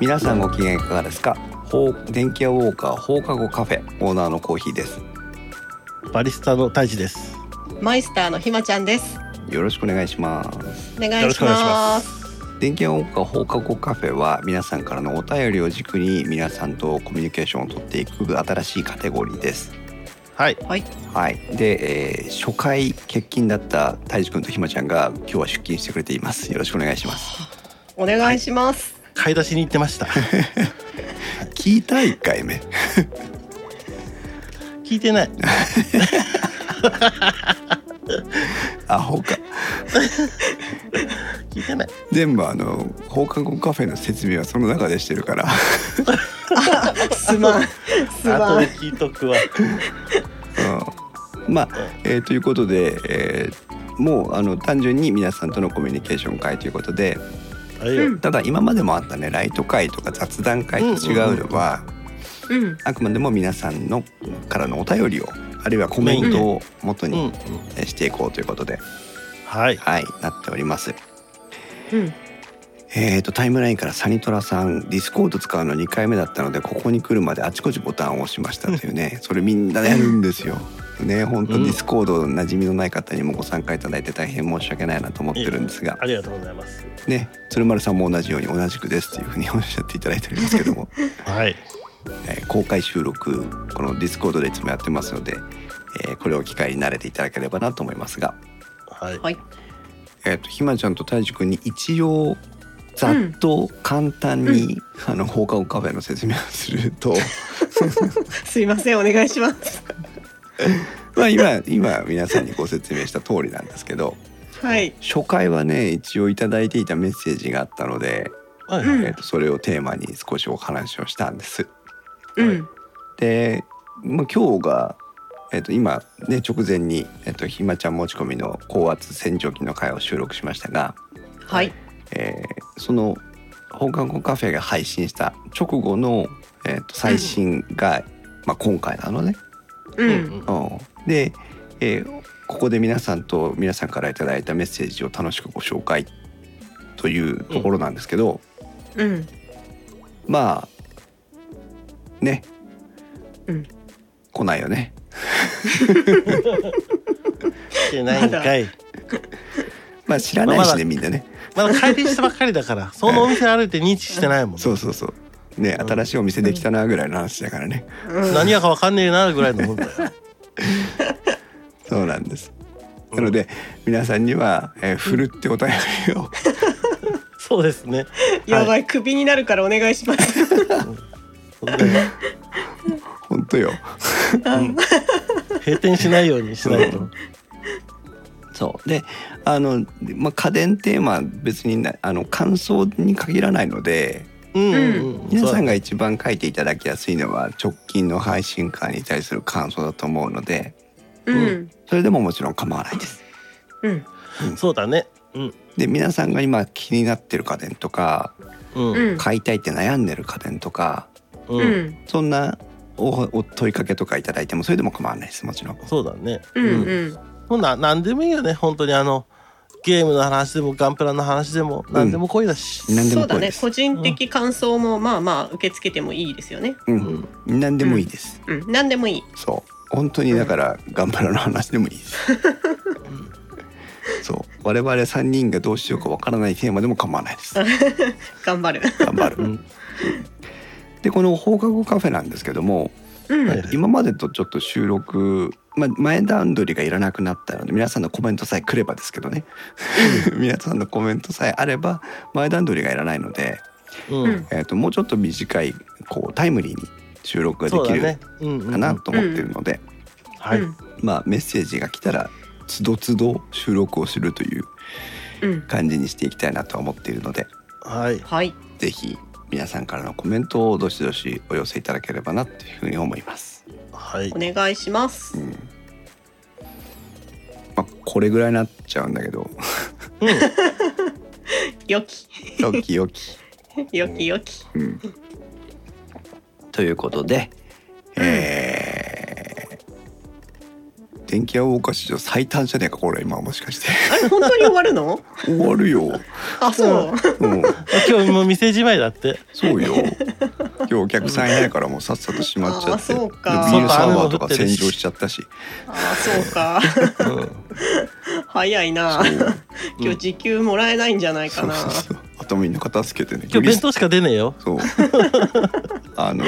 皆さんご機嫌いかがですかほう電気屋ウォーカー放課後カフェオーナーのコーヒーですバリスタの太一です。マイスターのひまちゃんです。よろしくお願いしますお願よいろししくお願いしま。ます電気屋ウォーカー放課後カフェは皆さんからのお便りを軸に皆さんとコミュニケーションをとっていく新しいカテゴリーですはい。はい、はいで、えー初回欠勤だったたいじくんとひまちゃんが今日は出勤してくれていますよろしくお願いしますお願いします。買い出しに行ってま した。聞いた1回目聞いてない。アホか聞いてない。全部あの放課後カフェの説明はその中でしてるからすまん。す後までん。聞いとくわ。うんまあ、えーということで、えーもうあの単純に皆さんとのコミュニケーション会ということであれよ。うんただ今までもあったねライト会とか雑談会と違うのは、うん。あくまでも皆さんのからのお便りをあるいはコメントを元うん。うにんえーしていこうということで、はい。はいなっております。うん。えー、とタイムラインからサニトラさんディスコード使うの2回目だったのでここに来るまであちこちボタンを押しましたという ねそれみんなやるんですよ。ね本当うんディスコード馴染みのない方にもご参加いただいて大変申し訳ないなと思ってるんですがありがとうございます。ね鶴丸さんも同じように同じくですというふうにおっしゃっていただいておりますけ ども、はい。えー公開収録このディスコードでいつもやってますので、えーこれを機会に慣れていただければなと思いますが、はい。はい。えー、とひまちゃんとたいじくんに一応ざっと簡単に、あの放課後カフェの説明をする とすいません。お願いします。まあ今今皆さんにご説明した通りなんですけどはい。初回はね一応いただいていたメッセージがあったので、はい。うんえー、とそれをテーマに少しお話をしたんです。うん。で、まあ、今日が、えー、と今ね直前に、えー、とひまちゃん持ち込みの高圧洗浄機の回を収録しましたが、はい。えーその放課後カフェが配信した直後の、えーと最新が、まあ、今回なのね。う。うんんうん、で、えーここで皆さんと皆さんからいただいたメッセージを楽しくご紹介というところなんですけど、うん。まあね、うん来ないよね。来てないんかい。まあ知らないしまあまねだみんなね。まだ開店したばっかりだから、 そのお店歩いて認知してないもん。そうそうそう。ねうん新しいお店できたなぐらいの話だからね。うん何やかわかんねえなぐらいのもんだよ。そうなんです。なので皆さんには、えー、ふるってお便りを そうですね。やばい。クビになるからお願いします。そうだよ本当よ。うん閉店しないようにしないと。そうであの、まあ、家電テーマ別になあの感想に限らないのでうんうんうん。皆さんが。が一番書いていただきやすいのは直近の配信会に対する感想だと思うのでうん。それでももちろん構わないです。うん。そうだね。うん。で皆さんが今気になってる家電とかうん。うん。買いたいって悩んでる家電とかううん。ん。そんなおお問いかけとかいただいてもそれでも構わないですもちろん。そうだね。うん。うん。もうな何でもいいよね本当にあのゲームの話でもガンプラの話でも何でも恋だし、何でそもうだ声でね。す個。人的感想もまあまあ受け付けてもいいですよね。うん、何でもいいです。うん。何でもいい。そう本当にだから頑張らの話でもいいです。 そう我々3人がどうしようかわからないテーマでも構わないです。頑張る。頑張うる。んでこの放課後カフェなんですけどもうん。はい今までとちょっと収録、まあ、前段取りがいらなくなったので皆さんのコメントさえ来ればですけどね 皆さんのコメントさえあれば前段取りがいらないので、うんうんえー、ともうちょっと短いこうタイムリーに収録がでそうきだるね、うんうんかなと思ってるので、はい、うんまあ、メッセージが来たらつどつど収録をするといううん。感じにしていきたいなとは思っているのではいはい。ぜひ皆さんからのコメントをどしどしお寄せいただければなというふうに思います。はいお願いしますう。んまあ、これぐらいになっちゃうんだけ どよき。よきよき。よきよき。うん、ということで、えー、電 気屋ウォーカー史上最短じゃねえかこれ今もしかしてあれ本当に終わるの？終わるよあ、そう。うん、今日もう店じまいだってそうよ今日お客さんいないからもうさっさと閉まっちゃってあーでそビうかールサーバーとか洗浄しちゃったしあ、そうか。 早いな。今日時給もらえないんじゃないかそうな。そうそう頭いいの片付けてね今日弁ス当しか出ねえよそうあの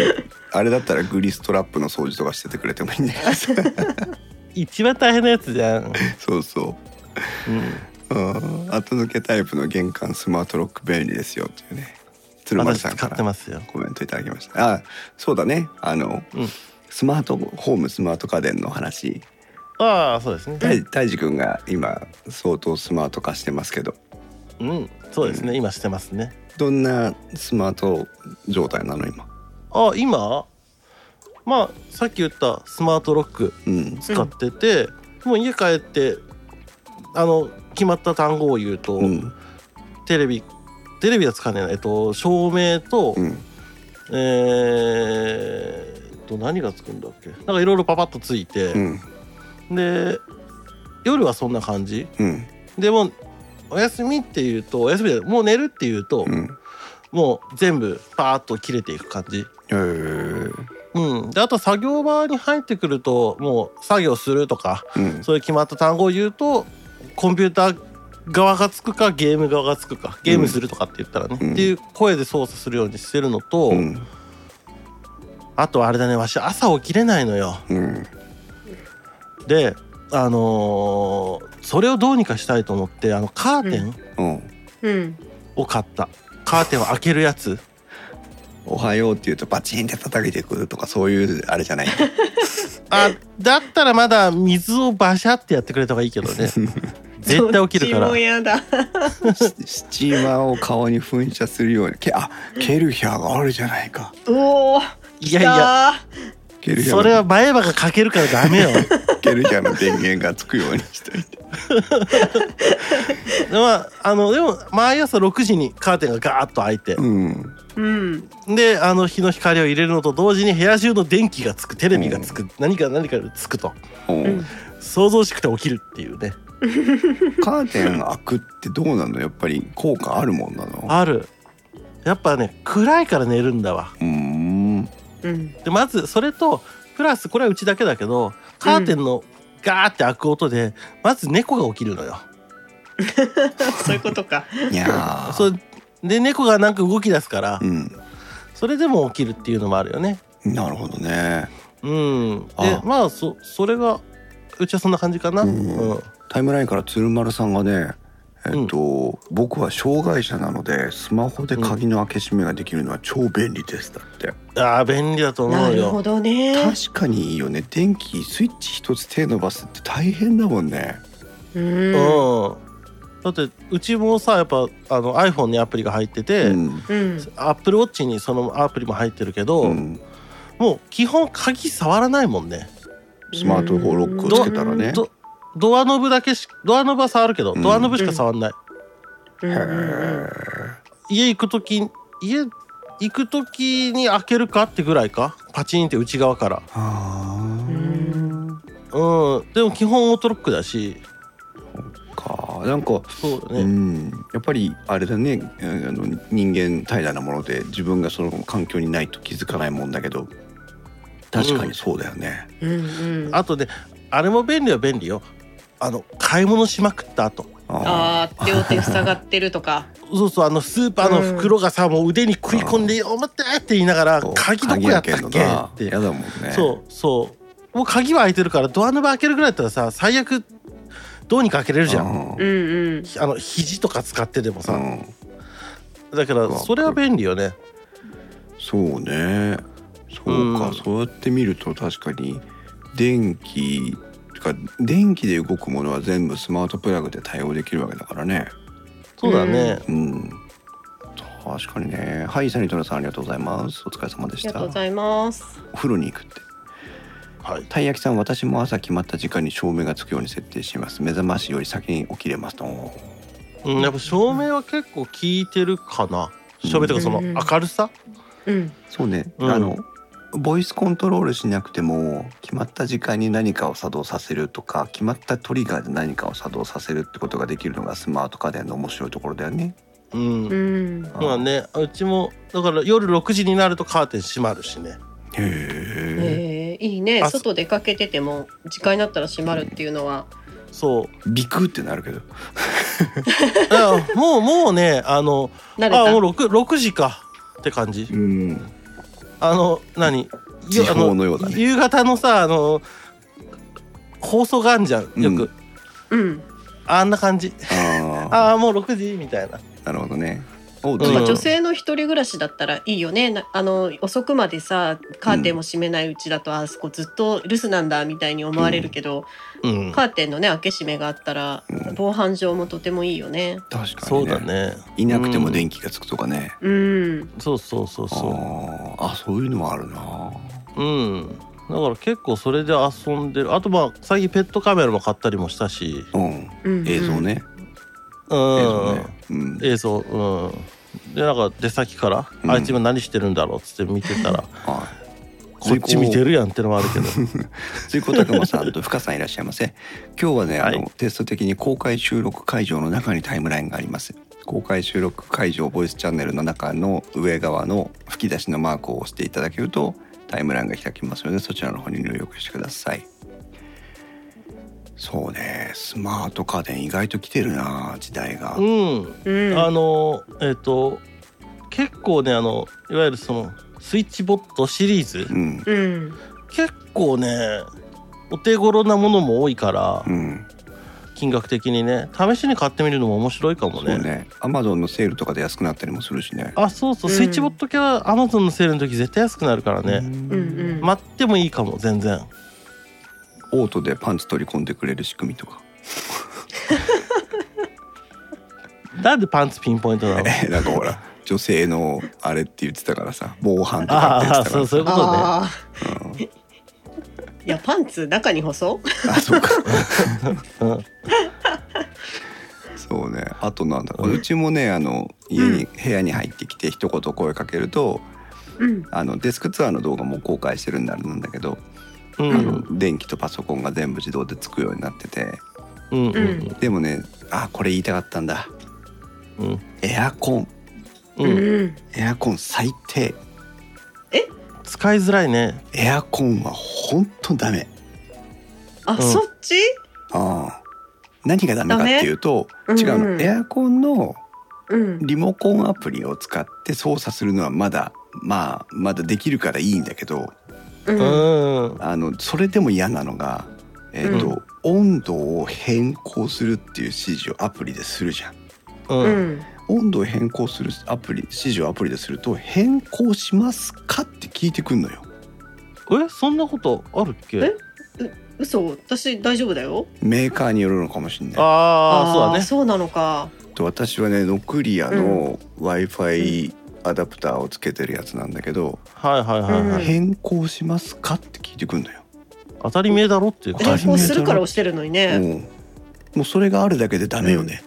あれだったらグリストラップの掃除とかしててくれてもいいんだけどさ 一番大変なやつじ ゃん、そうそううん後付けタイプの玄関スマートロック便利ですよっていうねうん、鶴丸私さんか使ってらますよコメントいただきましたあそうだねあの、うんスマートホームスマート家電の話ああそうですねたいたいじくんが今相当スマート化してますけどうんそうですね、今してますねどんなスマート状態なの今あ今まあさっき言ったスマートロックうん使ってて、もう家帰ってあの決まった単語を言うと、うんテレビテレビは使わねえな、えっと、照明と、うんえーっと何がつくんだっけなんかいろいろパパッとついてう、んで夜はそんな感じうんでもおやすみって言うとおやすみでもう寝るって言うと、うんもう全部パーッと切れていく感じえーうんであと作業場に入ってくるともう作業するとかうん そういう決まった単語を言うとコンピューター側がつくかゲーム側がつくかゲームするとかって言ったらね、うんっていう声で操作するようにしてるのと、うんあとあれだねわし朝起きれないのようんであのーそれをどうにかしたいと思ってあのカーテンうんうん。を買った、カーテンを開けるやつおはようって言うとバチンって叩いてくるとかそういうあれじゃないあだったらまだ水をバシャってやってくれた方がいいけど ね絶対起きるかどっちもらやだ。ススチーマーを顔に噴射するようにけあケルヒャーがあるじゃないかおお。いやいやケルヒャそーれはの前歯がかけるからダメよケルヒャーの電源がつくようにしといてでもあのでも毎朝6時にカーテンがガーッと開いて、うんうん。であの日の光を入れるのと同時に部屋中の電気がつくテレビがつく、何か何かがつくとうん想像しくて起きるっていうねカーテン開くってどうなのやっぱり効果あるもんなのあるやっぱね暗いから寝るんだわうーんうん。でまずそれとプラスこれはうちだけだけどカーテンのガーって開く音で、まず猫が起きるのよそういうことか。いやーそれで猫がなんか動き出すから、うんそれでも起きるっていうのもあるよねなるほどねうんであまあそそれがうちはそんな感じかな、ううんんタイムラインから鶴丸さんがねえっと、僕は障害者なのでスマホで鍵の開け閉めができるのは超便利ですだって、ああ便利だとな思うるほよどね。確かにいいよね電気スイッチ一つ手伸ばすって大変だもんねうん。うん、だってうちもさやっぱあの iPhone にアプリが入ってて、うんうん。 Apple Watch にそのアプリも入ってるけど、うんもう基本鍵触らないもんねスマートフォンロックをつけたらねどドアノブだけしドアノブは触るけど、うんドアノブしか触んない、うんへうんー家行く時家行く時に開けるかってぐらいかパチンって内側からあーうんうんでも基本オートロックだしかなんかそうだね、うん、やっぱりあれだねえーあの人間怠惰なもので自分がその環境にないと気づかないもんだけど確かにそうだよね、うんうん。あとねあれも便利は便利よあの買い物しまくった後あああ、両手塞がってると か。そうそうあのスーパーの袋がさ、もう腕に食い込んで「お待って!」って言いながらー「鍵どこやったっ鍵開け?」んっのなてやだもんねそうそうもう鍵は開いてるからドアノブ開けるぐらいだったらさ最悪どうにか開けれるじゃんうんうんうん。あの肘とか使ってでもうさ、んだからわそれは便利よねそうねそうか、うんそうやって見ると確かに電気てか電気で動くものは全部スマートプラグで対応できるわけだからねそうだね、うん確かにねはいサニトラさんありがとうございますお疲れ様であしりがたとうございます。お風呂に行くってはいたい焼きさん私も朝決まった時間に照明がつくように設定します目覚ましより先に起きれますとうん、やっぱ照明は結構効いてるかな照明とかそのうん明るさ、うん。そうね、うんあのボイスコントロールしなくても決まった時間に何かを作動させるとか決まったトリガーで何かを作動させるってことができるのがスマート家電の面白いところだよねうんうん。まあねうちもだから夜6時になるとカーテン閉まるしねへえええいいねあ外出かけてても時間になったら閉まるっていうのは、そうビクってなるけどだからもうもうねあの慣れあもうた 6, 6時かって感じうんあの何時報のようだねあの夕方のさあの放送があんじゃんよく、うんうんあんな感じああああもう6時みたいななるほどねおうんまあず女性の一人暮らしだったらいいよねなあの遅くまでさカーテンも閉めないうちだと、あそこずっと留守なんだみたいに思われるけど、うんカーテンのね開け閉めがあったら、うん防犯上もとてもいいよね確かそにうねだねいなくても電気がつくとかね、うんそうそうそうそあーあそういうのもあるなううんだから結構それで遊んでるあとまあ最近ペットカメラも買ったりもしたしうんうん映像ね、うん映像ね、うん、映像うんでなんか出先から、うんあいつ今何してるんだろうっつって見てたらはこっち見てるやんってのもあるけど い水耕拓磨さんと深さんいらっしゃいませ今日はね、あはのテスト的に公開収録会場の中にタイムラインがあります公開収録会場ボイスチャンネルの中の上側の吹き出しのマークを押していただけるとタイムラインが開きますのでそちらの方に入力してくださいそうねスマート家電意外と来てるな時代が、うんうんあのえっ、と結構ねあのいわゆるそのスイッチボットシリーズうんうん結構ねお手頃なものも多いからうん金額的にね試しに買ってみるのも面白いかもそうねねアマゾンのセールとかで安くなったりもするしねあそうそう、うんスイッチボット系はアマゾンのセールの時絶対安くなるからね、うんうん待ってもいいかも全然オートでパンツ取り込んでくれる仕組みとかなんでパンツピンポイントなの なんかほら女性のあれって言ってたからさ防犯とかって言あっあてたかそらうそういうことねああいやパンツ中に細あそうかうん そうねあとなんだろう、ううんちもねあの家に、部屋に入ってきて一言声かけるとうんあのデスクツアーの動画も公開してるんだなんだけど、うんあの電気とパソコンが全部自動でつくようになっててうんうんでもねあこれ言いたかったんだうんエアコンうんうんんエアコン最低使いづらいねエアコンは本当ダメ。あ、んそっちああ何がダメかっていうとダメ違うの、うんうんエアコンのうんリモコンアプリを使って操作するのはまだまあまだできるからいいんだけどうんうんあのそれでも嫌なのが、えーと温度を変更するっていう指示をアプリでするじゃん。ううんん温度を変更するアプリ指示をアプリですると変更しますかって聞いてくんのよ。えそんなことあるっけえ嘘私大丈夫だよメーカーによるのかもしれない。ああそうだーねそうなのかと私はねノクリアの w i f i アダプターをつけてるやつなんだけど、はいはいはいはい、うん変更しますかって聞いてくんだよ、当たり前だろっていう当た感りじ前変更するから押してるのにうんね、もうそれがあるだけでダメよね、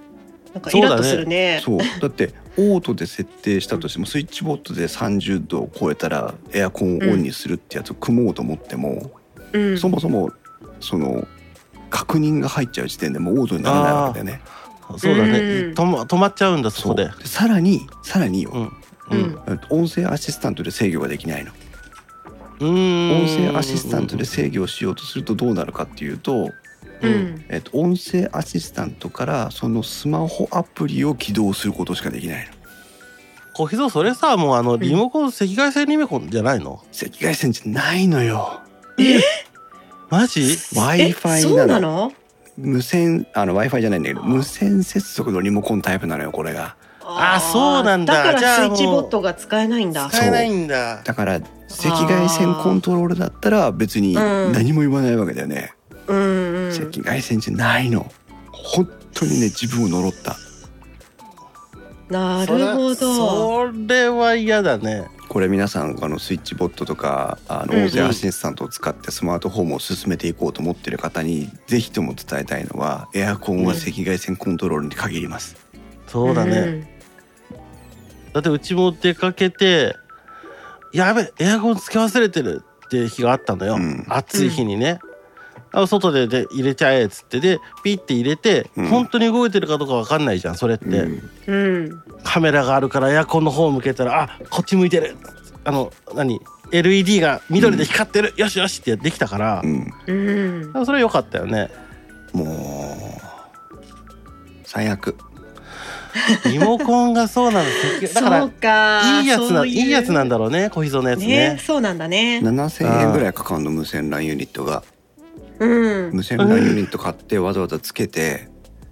なんかイラッとするねそうだってオートで設定したとしてもスイッチボットで30度を超えたらエアコンをオンにするってやつを組もうと思っても、うんそもそもその確認が入っちゃう時点でもうオートにならないわけだよねそうだうねんとま止まっちゃうんだそこででさらにさらによ、ううんん音声アシスタントで制御ができないのうん音声アシスタントで制御しようとするとどうなるかっていうと、ううんんえっと、音声アシスタントからそのスマホアプリを起動することしかできないの小日向それさもうあのリモコン赤外線リモコンじゃないの赤外線じゃないのよマジ w i え f i そうななのの無線あの w i f i じゃないんだけど無線接続のリモコンタイプなのよこれがあーそうなんだだかじらゃスイあもッうチボットが使えないんだそう使えないんだだから赤外線コントロールだったら別にうん何も言わないわけだよね、うんうん赤外線じゃないの本当にね自分を呪ったなるほどそれそれは嫌だねこれ皆さんあのスイッチボットとかあのうんうん音声アシスタントを使ってスマートフォンを進めていこうと思ってる方にぜひとも伝えたいのはエアコンは赤外線コントロールに限ります。そうだね、だってうちも出かけて「やべエアコンつけ忘れてる」って日があったのよ、うん暑い日にね、あ外でで入れちゃえっつってでピッて入れて、うん本当に動いてるかどうかわかんないじゃんそれって、うんうん。カメラがあるからエアコンの方向けたらあこっち向いてるあの何 LED が緑で光ってる、よしよしってできたからう、ん、うん。あそれ良かったよねもう最悪リモコンがそうなんですだかそうらか。いいやつなそういういやつなんだろうね小秘蔵のやつねね。そうなんだね。 7,000円ぐらいかかるの無線 LAN ユニットがうん。無線 LAN ユニット買ってわざわざつけて、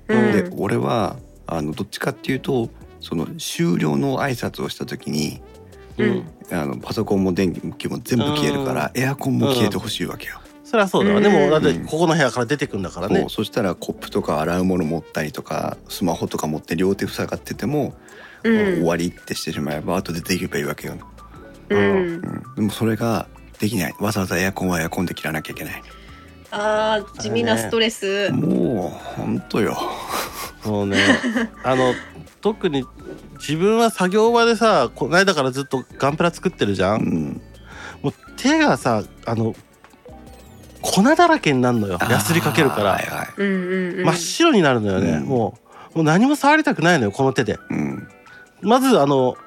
うでん。俺はあのどっちかっていうとその終了の挨拶をした時にうんあのパソコンも電気も全部消えるからエアコンも消えてほしいわけよ、そりゃそうだわ、うんでもだってここの部屋から出てくんだからねそうそしたらコップとか洗うもの持ったりとかスマホとか持って両手塞がってても、うん終わりってしてしまえば後でできればいいわけよ、うんう。ん、でもそれができないわざわざエアコンはエアコンで切らなきゃいけないああ、地味なストレス。もうほんとよそうね あの特に自分は作業場でさこの間からずっとガンプラ作ってるじゃうんんもう手がさあの粉だらけになるのよやすりかけるかあーはいらはいうんうんうん。真っ白になるのよね、うんもうもう何も触りたくないのよこの手でうんまずあの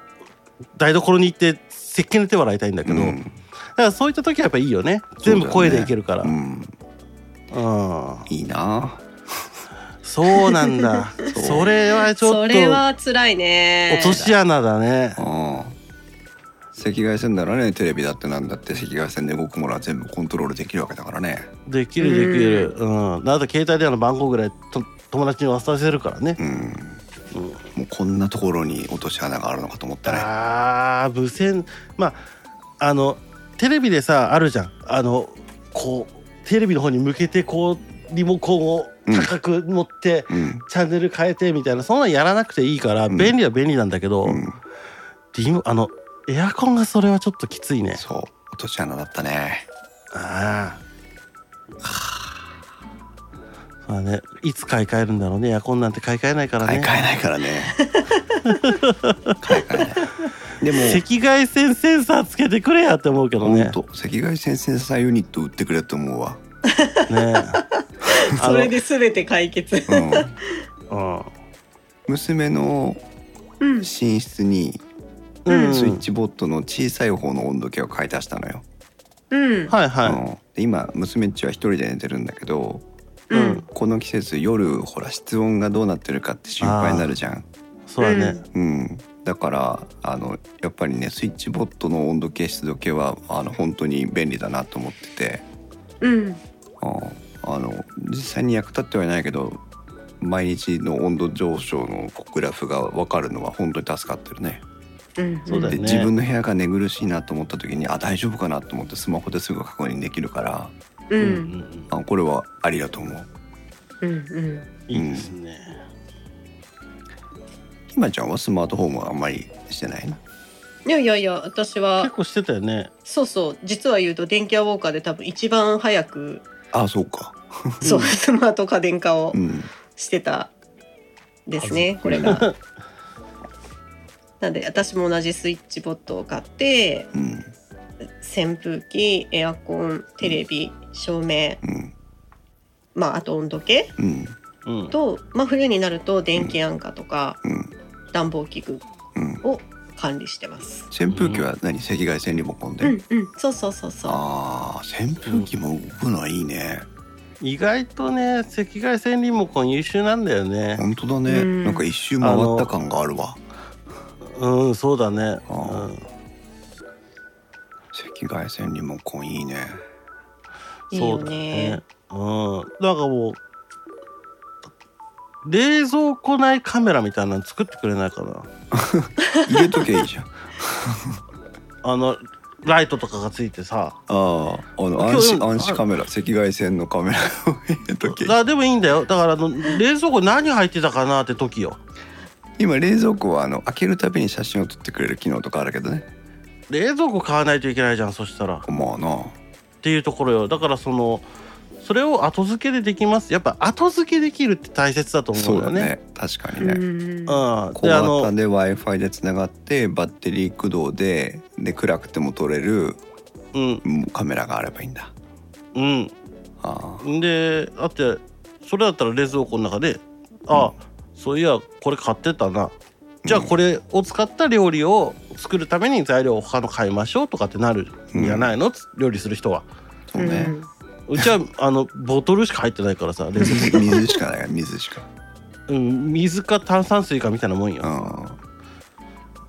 台所に行って石鹸で手を洗いたいんだけど、だからそういった時はやっぱいいよね全部声でいけるからうう,、ん、んいいなそうなんだ そうそれはちょっとそれは辛いね。落とし穴だねあ赤外線ならねテレビだってなんだって赤外線で動くものは全部コントロールできるわけだからねできるできるうん、あと携帯電話の番号ぐらいと友達に渡せるからね、うんうんもうこんなところに落とし穴があるのかと思ったねああ無線まああのテレビでさあるじゃんあのこうテレビの方に向けてこうリモコンを高く持って、うんチャンネル変えてみたいなそんなんやらなくていいからうん便利は便利なんだけど、うんリモあのエアコンがそれはちょっときついねそう落とし穴だったねああそうだねいつ買い替えるんだろうねエアコンなんて買い替えないから買いね替えないからね買い替えないでも赤外線センサーつけてくれやって思うけどね本当赤外線センサーユニット売ってくれと思うわ、 ねそれで全て解決。うん、 うん娘のうん。寝室にうんスイッチボットの小さい方の温度計を買い足したのよ、うん。はいはい、うんで今娘っちは一人で寝てるんだけどうん。この季節夜ほら室温がどうなってるかって心配になるじゃんそうだね、うん、だからあのやっぱりねスイッチボットの温度計湿度計はあの本当に便利だなと思っててうん。うんあの実際に役立ってはいないけど毎日の温度上昇のグラフが分かるのは本当に助かってるねうん。そうだよでね自分の部屋が寝苦しいなと思った時にあ大丈夫かなと思ってスマホですぐ確認できるからううんん。あこれはありがとう思ううん。うん。いいですね、ひまちゃんはスマートフォンはあんまりしてないないやいやいや、私結は、構してたよねそうそう、実は言うと、電気屋ウォーカーで多分一番早く、あそうかそう、スマート家電化をうんしてたですね、これが。なんで、私も同じスイッチボットを買って、うん扇風機、エアコン、テレビ、照明、うんまあ、あと温度計うんうんと、まあ、冬になると電気安価とかうん暖房器具うんを管理してます。扇風機は何赤外線リモコンで、うんうん、そうそうそうそう。あー扇風機も動くのはいいね、意外とね赤外線リモコン優秀なんだよね本当だね、うんなんか一周回った感があるわうんそうだねあー赤外線リモコンいいねうんいいそようだねね。うんなんかもう冷蔵庫内カメラみたいなの作ってくれないかな入れときゃいいじゃんあのライトとかがついてさあーあの今日暗視でも暗視カメラ赤外線のカメラを 入れときゃいいあでもいいんだよだからあの冷蔵庫何入ってたかなって時よ今冷蔵庫はあの開けるたびに写真を撮ってくれる機能とかあるけどね冷蔵庫買わないといけないじゃんそしたらっまあなていうところよだからそのそれを後付けでできますやっぱ後付けできるって大切だと思そううんだだよねね確かうにね、んうん小であの型で w i f i でつながってバッテリー駆動でで暗くても撮れるうんうんカメラがあればいいんだうんああであってそれだったら冷蔵庫の中で「あ、うんそういやこれ買ってたな」じゃあこれを使った料理を作るために材料を他の買いましょうとかってなるんじゃないの、つ料理する人はそうね、うちはあのボトルしか入ってないからさ冷蔵水水しかない水しか庫、うん、水か炭酸水かみたいなもんよ、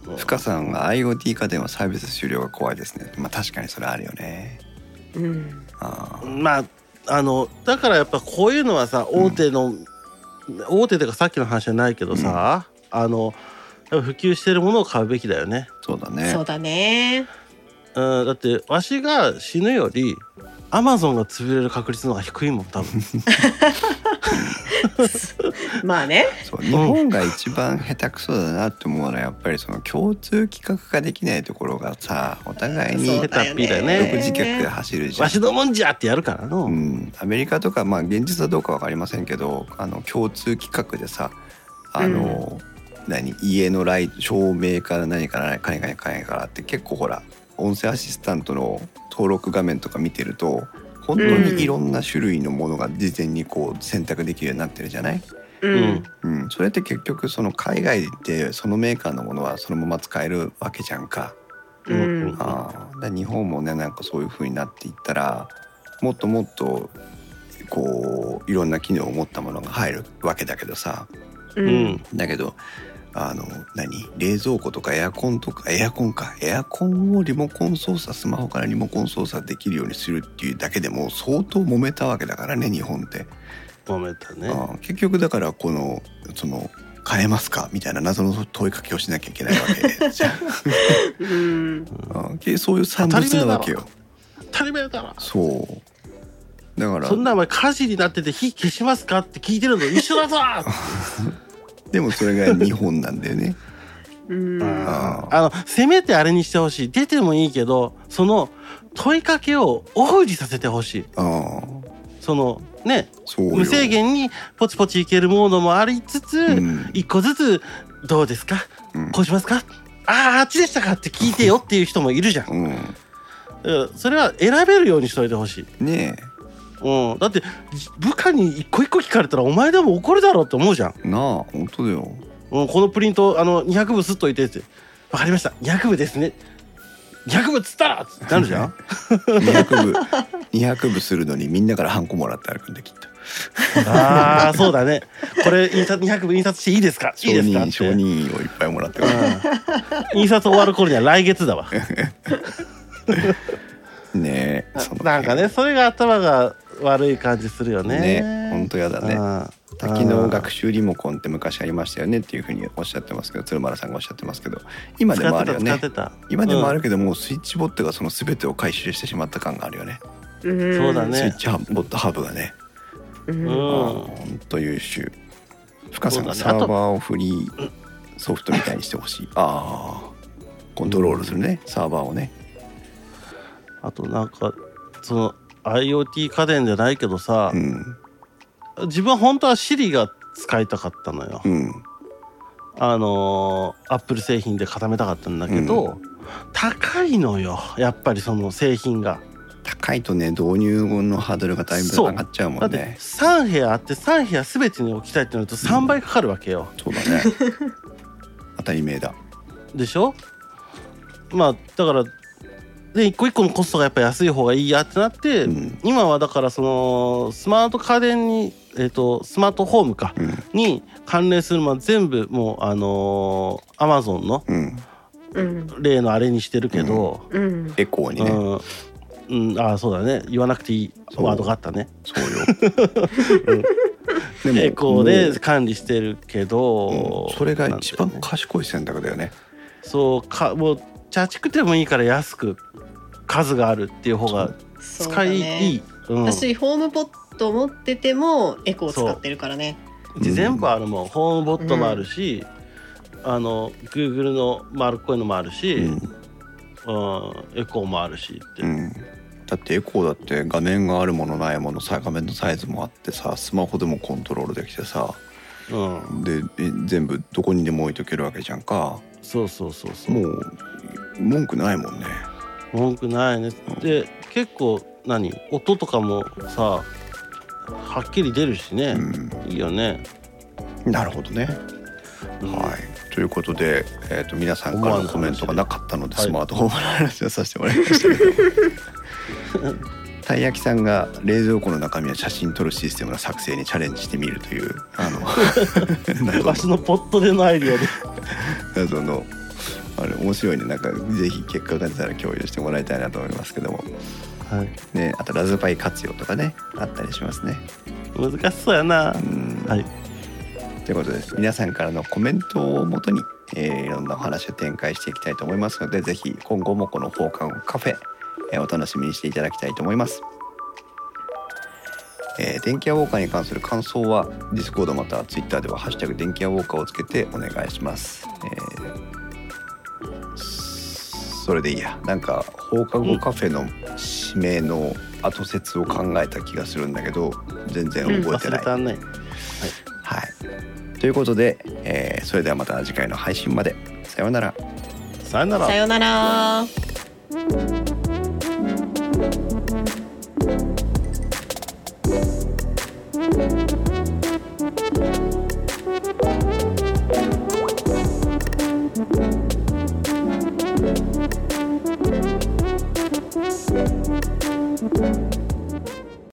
うん深さんが IoT 家電はサービス終了が怖いですねまあ確かにそれあるよねうんああまああのだからやっぱこういうのはさ大手の、大手というかさっきの話じゃないけどさ、あのやっぱ普及してるものを買うべきだよね、そうだねそうだねうん、だってわしが死ぬよりアマゾンが潰れる確率の方が低いもん 多分まあねそう日本が一番下手くそだなって思うのはやっぱりその共通規格化できないところがさお互いにそ独うだ下手よねっぴだよね自脚で走るじゃわん。しのもんじゃってやるからの、うん、アメリカとかまあ現実はどうかわかりませんけどあの共通規格でさあの、何家のライト照明から何からかにかにかにからって結構ほら音声アシスタントの登録画面とか見てると本当にいろんな種類のものが事前にこう選択できるようになってるじゃない、ううんんうん、それって結局その海外でそのメーカーのものはそのまま使えるわけじゃんか。ううんんああだから日本もねなんかそういう風になっていったらもっともっとこういろんな機能を持ったものが入るわけだけどさううんんだけどあの何冷蔵庫とかエアコンとかエアコンかエアコンをリモコン操作スマホからリモコン操作できるようにするっていうだけでも相当揉めたわけだからね日本って。揉めたねああ結局だからこのその変えますかみたいな謎の問いかけをしなきゃいけないわけじゃんうんああけそういう産物なわけよ当たり前だろそうだからそんなお前火事になってて火消しますかって聞いてるの一緒だぞでもそれが日本なんだよ ねうんああのせめてあれにしてほしい出てもいいけどその問いかけをオフにさせてほしいああそのねそうよ無制限にポチポチいけるものもありつつ、うん一個ずつ「どうですかうんこうしますかあああっちでしたか?」って聞いてよっていう人もいるじゃんううんそれは選べるようにしといてほしい、んねうん、だってじ部下に一個一個聞かれたらお前でも怒るだろうって思うじゃん、えなあ本当だようん、このプリントあの200部すっといてって「わかりました200部ですね200部っつったら!」ってなるじゃん200部 200部するのにみんなからハンコもらって歩くんできっとああそうだねこれ印刷200部印刷していいですかい承いですかっ認て承認をいっぱいもらってうん印刷終わる頃には来月だわねえその なんかねそれが頭が悪い感じするよねね本当やだねうん多機能学習リモコンって昔ありましたよねっていうふうにおっしゃってますけど鶴丸さんがおっしゃってますけど今でもあるよ使ねってた使ってた今でもあるけど、もうスイッチボットがその全てを回収してしまった感があるよねうんそうだねスイッチボットハブがね、ううんうん、んほんと優秀深さんがそうサだねあとーバーをフリーソフトみたいにしてほしいああコントロールするねサーバーをねあとなんかその IoT 家電じゃないけどさう、ん自分は本当は Siri が使いたかったのよ、うんあのー、Apple 製品で固めたかったんだけど、高いのよやっぱりその製品が高いとね導入のハードルがだいぶ上がっちゃうもだっんてね3部屋あって3部屋全てに置きたいってなると3倍かかるわけよ、そうだね 当たり前だでしょまあだからで一個一個のコストがやっぱ安い方がいいやってなって、うん今はだからそのスマート家電に、えー、とスマートホームかうんに関連するものは全部もうあのー、アマゾンのうんうん例のあれにしてるけど、うんエコーうにね、んうんああそうだね言わなくていいそうワードがあったねそうよ。エコもーうで管理してるけど、うんそれが一番なんだよね賢い選択だよね。そうかもう茶畜でもいいから安く数があるっていう方がそう使だいねいい、うん、私ホームポット持っててもエコー使ってるからねうち全部あるもん、ホームボットもあるし、あの Google の丸っこいのもあるし、ううんんエコーもあるしって、うんだってエコーだって画面があるものないものさ画面のサイズもあってさスマホでもコントロールできてさうんでえ全部どこにでも置いとけるわけじゃんかそうそうそうそうもう文句ないもんね文句ないねで結構何音とかもさはっきり出るしね、いいよねなるほどね。はい、ということで、えー、と皆さんからのコメントがなかったのではいスマートフォンの話をさせてもらいましたけど。たい焼きさんが冷蔵庫の中身を写真撮るシステムの作成にチャレンジしてみるというあ の謎のわしのポットでのアイディアで謎のあれ面白いねなんかぜひ結果が出たら共有してもらいたいなと思いますけども、はいね、あとラズパイ活用とかねあったりしますね。 難しそうやなうんはいということです皆さんからのコメントをもとに、えーいろんなお話を展開していきたいと思いますのでぜひ今後もこの放課後カフェ、えーお楽しみにしていただきたいと思います。えー電気屋ウォーカーに関する感想はディスコードまたはツイッターでは「ハッシュタグ電気屋ウォーカー」をつけてお願いします、えーそれでいいやなんか放課後カフェの指名の後説を考えた気がするんだけど全然覚えて忘なれい、たねはい。ということで、えーそれではまた次回の配信まで。さようなら。さよならさよなら。